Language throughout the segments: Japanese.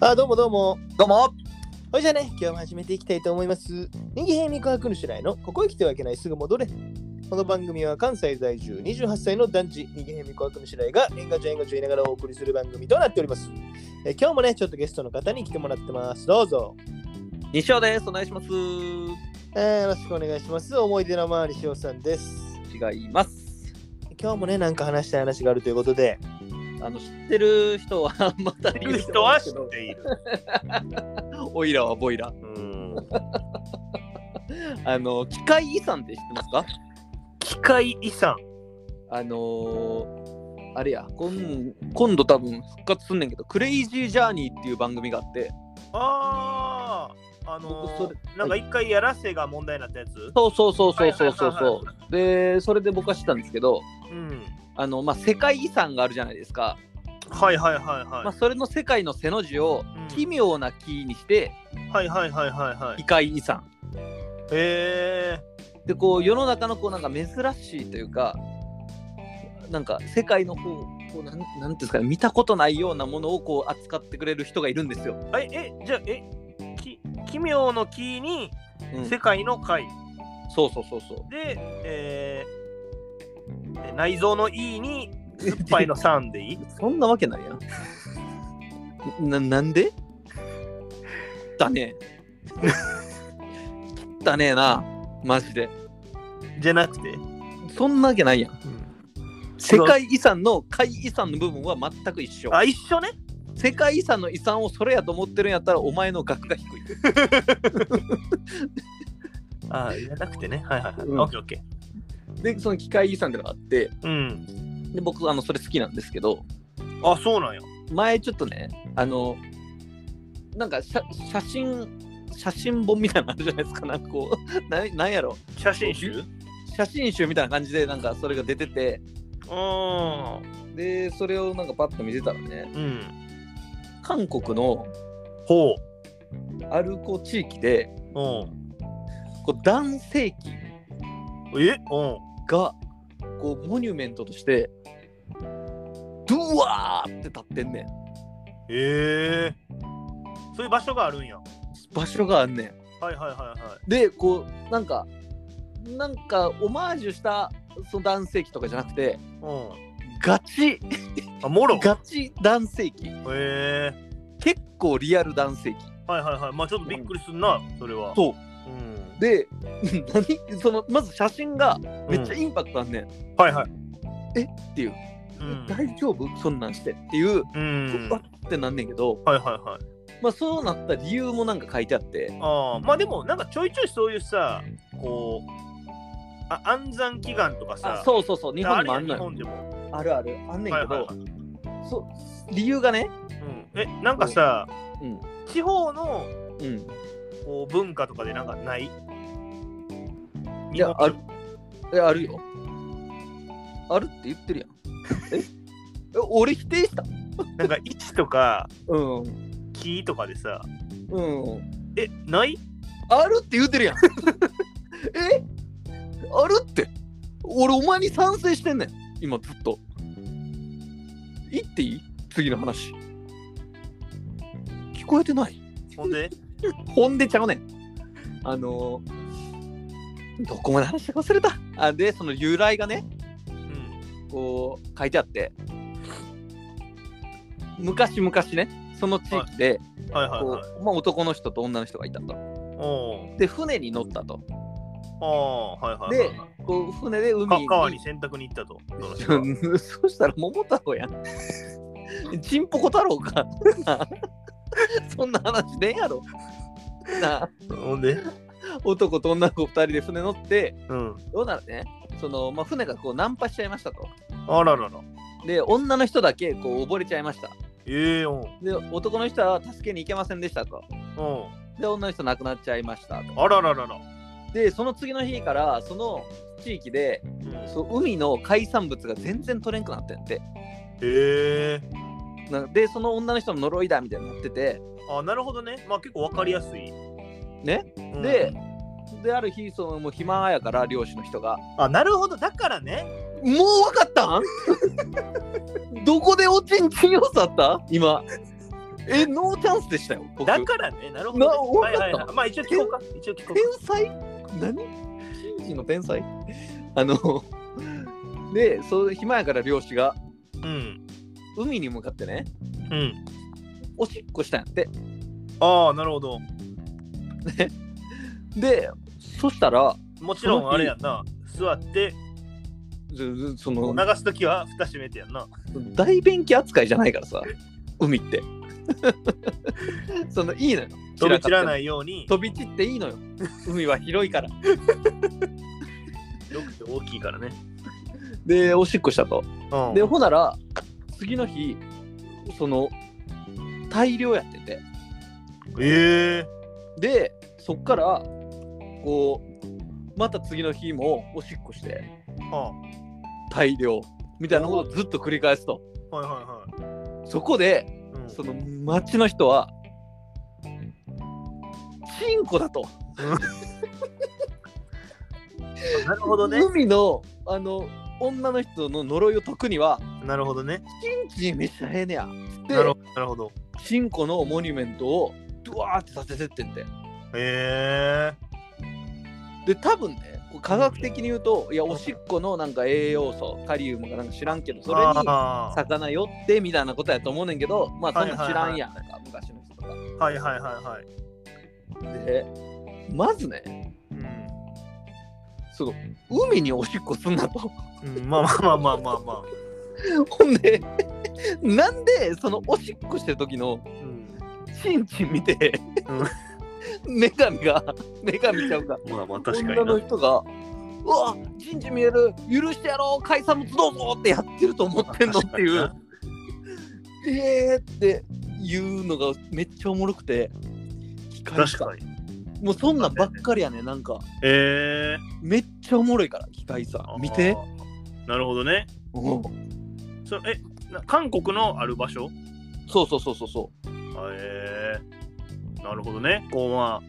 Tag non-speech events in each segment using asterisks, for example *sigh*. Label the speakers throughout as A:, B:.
A: あ、どうもどうも。
B: どうも
A: それじゃあね、今日も始めていきたいと思います。ネギヘイミクハクヌシュライのここへ来てはいけないすぐ戻れ。この番組は関西在住28歳の男児、ネギヘイミクハクヌシュライが年賀状年賀状言いながらお送りする番組となっております。え今日もね、ちょっとゲストの方に来てもらってます。どうぞ。
B: 西尾です。お願いします。
A: えーよろしくお願いします。思い出のまわりしおさんです。
B: 違います。
A: 今日もね、なんか話したい話があるということで、
B: あの、知ってる人はまたいる
A: 人は知っている。
B: おいらはボイラ。
A: うん。
B: あの、機械遺産って知ってますか
A: 機械遺産。
B: あのーあれや、今今度多分復活すんねんけど、クレイジージャーニーっていう番組があって、
C: ああ、あの
B: 僕それ
C: ー、なんか一回やらせが問題になったやつ、
B: そうそうそうそうそ
C: はい
B: うそう
C: はい
B: そ
C: は
B: う。で、それで僕は知ったんですけど、
C: うん、
B: あの、まあ、世界遺産があるじゃないですか。
C: はいはいはいはい。
B: まあ、それの世界の背の字を
C: うん
B: 奇妙な木にして、
C: はいはいはいはいはい
B: 機。械遺産。
C: へえ
B: でこう世の中のこうなんか珍しいというかなんか世界のこうこうなんなんていうんですかね見たことないようなものをこう扱ってくれる人がいるんですよ。
C: ー。え、え、じゃあ、え、き奇妙の木に
B: うん、
C: 世界の貝
B: そうそうそうそう。
C: で、えーえ内臓の E に酸っぱいの酸でい
B: *laughs*
C: い
B: そんなわけないやん。 *laughs* ななんでだね。 *laughs* だねえなマジで。
C: じゃなくて、
B: そんなわけないやん。世界遺産の海遺産の部分は全く一緒。
C: あ、一緒ね。
B: 世界遺産の遺産をそれやと思ってるんやったらお前の額が低い。
C: あ、じゃなくてね。はいはいはい。
B: うん
C: オッケーオッケ
B: でその機械遺産ってのがあって
C: ー。うん。
B: で僕あのそれ好きなんですけど
C: あ、そうなんや。
B: 前ちょっとねあのなんか写写真写真本みたいなのあるじゃないですかなんかこう *laughs* ななんやろ
C: 写真集
B: 写真集みたいな感じでなんかそれが出てて
C: うん。
B: でそれをなんかパッと見てたらね
C: うん。
B: 韓国の
C: ほ
B: アルコ地域で
C: う。うん。
B: こう男性器
C: えうん。
B: がこうモニュメントとしてドゥワーって立ってんねん
C: ええそういう場所があるんや。
B: 場所があんねん
C: はいはいはいはい。
B: でこうなんかなんかオマージュしたその男性器とかじゃなくて
C: う
B: ガチ
C: ん。あ、もろ。
B: ガチ男性器
C: ええ
B: 結構リアル男性器
C: はいはいはい。まあちょっとびっくりすんな、それは。。
B: そう
C: うん。
B: で *laughs* 何そのまず写真がめっちゃ
C: い
B: インパクトあんねん、
C: はいはい。
B: えっていう、
C: うん。
B: 大丈夫そんなんしてっていう、
C: うん
B: うわ。ってなんねんけど、
C: はいはいはい。
B: まあ、そうなった理由もなんか書いてあって
C: ああ、まあでもなんかちょいちょいそういうさ、こう、あ安産祈願とかさ、
B: あそうそうそう日本にもあんの
C: 日
B: よ
C: 本でも。
B: あるあるあんねん
C: はい
B: けど、
C: はい
B: そう理由がね
C: うん。え、なんかさ、
B: うん
C: 地方の
B: うん
C: こう文化とかでなんかない
B: いや、ある。え、あるよ。あるって言ってるやん。ええ俺否定した
C: なんか位置とか
B: うん。
C: 木とかでさ、
B: うん。
C: え、ない
B: あるって言ってるやん。えあるって。俺、お前に賛成してんねん。今ずっと。言っていい次の話。聞こえてない
C: ほんで
B: ほんでちゃうねん。あのーどこまで話したか忘れた。あで、その由来がね、
C: うん。
B: こう書いてあって昔々ねその地域で
C: はいはい
B: こう、
C: はい。
B: まあ、男の人と女の人がいたと
C: お
B: で船に乗ったと
C: ああ、はいはい、はい
B: でこう船で海
C: か
B: に
C: 川に洗濯に行ったと。その人は
B: *laughs* そしたら桃太郎やんちんぽこ太郎か *laughs* そんな話ねえやろなあ
C: ほんで、
B: 男と女の子2人で船乗って
C: うん。
B: どうならねその、まあ、船がこうナンパしちゃいましたと
C: あららら。
B: で女の人だけこう溺れちゃいました
C: ええうん。
B: で男の人は助けに行けませんでしたと
C: う
B: で女の人亡くなっちゃいましたと
C: ん。あらららら。
B: でその次の日からその地域で
C: うん、
B: そう海の海産物が全然取れんくなってんて
C: ええ
B: なでその女の人の呪いだみたいになってて
C: あ、なるほどね。まあ結構わかりやすい。
B: ね
C: うん
B: で、である日そのもう暇やから漁師の人が
C: あ、なるほど。だからね。
B: 「もう
C: *laughs*
B: 分かったんどこでおちんちんよさった今
C: *laughs*
B: え、ノーチャンスでしたよ。僕
C: だからね、なるほど、ね。
B: なわか
C: は
B: っ
C: い
B: た
C: はいはい。まあ一応聞こうか。一応聞こ
B: 天
C: う
B: 才何新人の天才あの、で、そう暇やから漁師が
C: か。うん。
B: 海に向かってね、
C: うん。
B: おしっこしたんやって。
C: ああ、なるほど。
B: で、そしたら、
C: もちろんあれやんな。座って
B: ずずそ
C: 流
B: の、
C: すときは蓋閉めてやんな。
B: 大便器扱いじゃないからさ、海って。 *laughs* その、いいのよ。
C: 飛び散ら
B: い
C: ないように、
B: 飛び散っていいのよ海は広いから
C: よくて大きいからね。
B: でおしっこしたと
C: うん
B: でほなら次の日その大量やってて
C: ええ
B: でそっからこうまた次の日もおしっこして
C: は
B: 大量みたいなことをずっと繰り返すと
C: あ、はいはいは
B: そこで
C: い。うん
B: その町の人はチンコだと
C: なるほどね。
B: 海のあの女の人の呪いを解くには
C: なるほどね。
B: チンチンめっちゃええねやつって
C: なるほど。なるほど。
B: チンコのモニュメントをドワーってさせてってんで
C: え
B: で多分ねこう科学的に言うといやおしっこのなんか栄養素カリウムかなんか知らんけど
C: え
B: それに
C: ああ
B: 魚寄ってみたいなことやと思うねんけどまあそんなん知らんやんか、昔の人とか
C: はいはいはいはい。
B: でまずね
C: うん
B: その海におしっこすんなと
C: うん、まあまあまあまあまあまあ。
B: ほんでなんでそのおしっこしてる時の
C: うん、
B: チンチン見て、女神が女神ちゃうか
C: まあまあ確かに
B: 女
C: な
B: の。人が「うわチンチン見える許してやろう海産物どうぞ!」ってやってると思ってんのってい
C: まあ
B: う「えー!」っていうのがめっちゃおもろくて機械
C: 確かに。
B: もうそんなんばっかりやねなんか
C: ええ
B: めっちゃおもろいから機械さ
C: ー。
B: 見て
C: あー。なるほどね。
B: うん
C: それえな韓国のある場所
B: そうそうそうそうそう
C: あえー、なるほどね。こうまあ、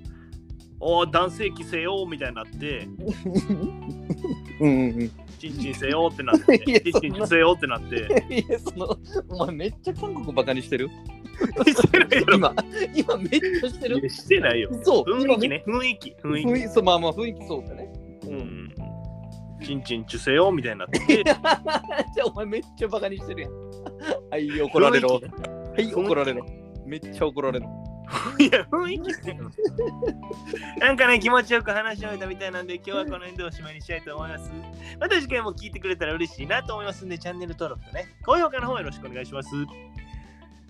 C: おー男性規制よみたいになって、
B: うんうんうんい
C: チンチンせよってなって、
B: *laughs* いや
C: チンチンせよってなって、
B: *laughs*
C: *laughs*
B: やそのお前めっちゃ韓国バカにしてる
C: してないやろ
B: 今今めっちゃして
C: い
B: る
C: やしてないよ。
B: そう
C: 雰囲気ね、雰囲気、雰囲
B: 雰
C: 気。
B: 囲気そうまあまあ雰囲気そうだね *laughs* う
C: うんん。チンチンチュせよみたいになって、
B: じゃあお前めっちゃバカにしてるやん。はい、怒られろ。はい、怒られろ。めっちゃ怒られる。
C: いや、雰囲気ね。なんかね、気持ちよく話し終えたみたいなんで、今日はこの辺でおしまいにしたいと思います。また次回も聞いてくれたら嬉しいなと思いますんで、チャンネル登録とね、高評価の方よろしくお願いします。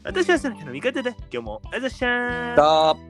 C: 私はその日の味方で、今日もあざっしゃー
B: だー